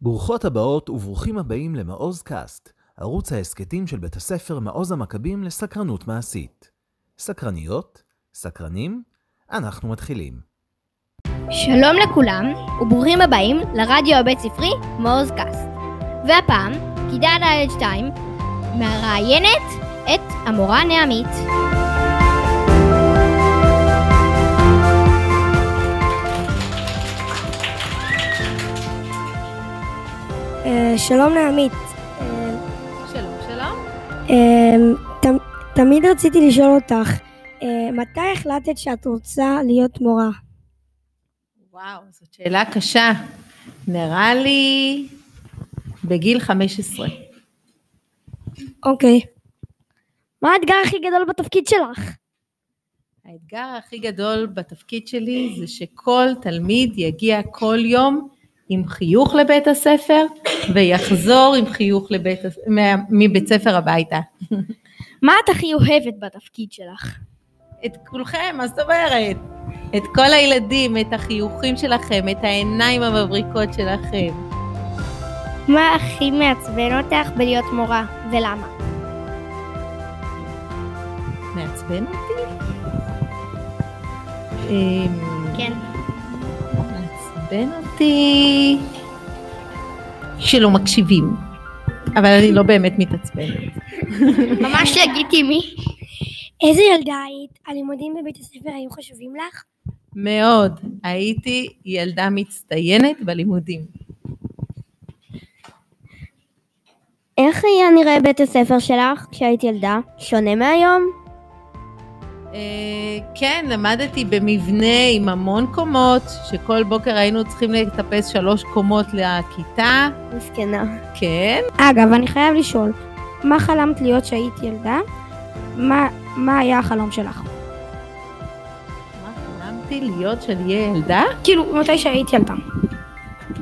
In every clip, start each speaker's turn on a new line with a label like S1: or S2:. S1: ברוכות הבאות וברוכים הבאים למעוז קאסט, ערוץ ההסכתים של בית הספר מעוז המכבים לסקרנות מעשית. סקרניות, סקרנים, אנחנו מתחילים.
S2: שלום לכולם, וברוכים הבאים לרדיו הבית ספרי מעוז קאסט. והפעם, כיתה ד' 2 מראיינת את המורה נעמית.
S3: אה, שלום לעמית. אה,
S4: שלום, שלום.
S3: אה, ת- תמיד רציתי לשאול אותך, אה, מתי החלטת שאת רוצה להיות מורה?
S4: וואו, זאת שאלה קשה. נראה לי בגיל 15.
S3: אוקיי.
S5: מה האתגר הכי גדול בתפקיד שלך?
S4: האתגר הכי גדול בתפקיד שלי זה שכל תלמיד יגיע כל יום עם חיוך לבית הספר ויחזור עם חיוך לבית, הס- מה- מבית ספר הביתה.
S5: מה את הכי אוהבת בתפקיד שלך?
S4: את כולכם, מה זאת אומרת? את כל הילדים, את החיוכים שלכם, את העיניים המבריקות שלכם.
S5: מה הכי מעצבן אותך בלהיות מורה, ולמה?
S4: מעצבן אותי? אמ,
S5: כן.
S4: מעצבן אותי שלא מקשיבים, אבל אני לא באמת מתעצבנת.
S5: ממש לגיטימי.
S3: איזה ילדה היית? הלימודים בבית הספר היו חשובים לך?
S4: מאוד. הייתי ילדה מצטיינת בלימודים.
S5: איך היה נראה בית הספר שלך כשהיית ילדה? שונה מהיום?
S4: אה, כן, למדתי במבנה עם המון קומות, שכל בוקר היינו צריכים לטפס שלוש קומות לכיתה.
S5: מסכנה.
S4: כן.
S3: אגב, אני חייב לשאול, מה חלמת להיות שהיית ילדה? מה היה החלום שלך?
S4: מה חלמתי להיות של ילדה?
S3: כאילו, מתי שהיית ילדה.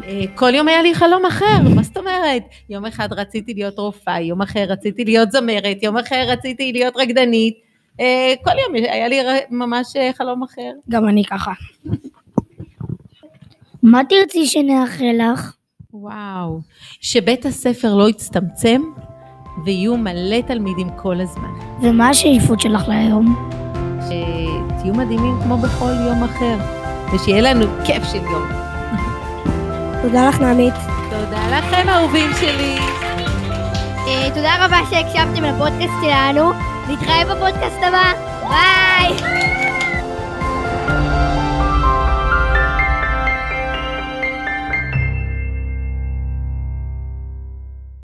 S4: אה, כל יום היה לי חלום אחר, מה זאת אומרת? יום אחד רציתי להיות רופאה, יום אחר רציתי להיות זמרת, יום אחר רציתי להיות רקדנית. אה, כל יום היה לי ר- ממש אה, חלום אחר.
S3: גם אני ככה.
S5: מה תרצי שנאחל לך?
S4: וואו. שבית הספר לא יצטמצם ויהיו מלא תלמידים כל הזמן.
S5: ומה השאיפות שלך להיום?
S4: שתהיו אה, מדהימים כמו בכל יום אחר, ושיהיה לנו כיף של יום.
S3: תודה לך נעמית.
S4: תודה לכם אהובים שלי.
S2: אה, תודה רבה שהקשבתם לפודקאסט שלנו, נתראה בפודקאסט הבא, ביי!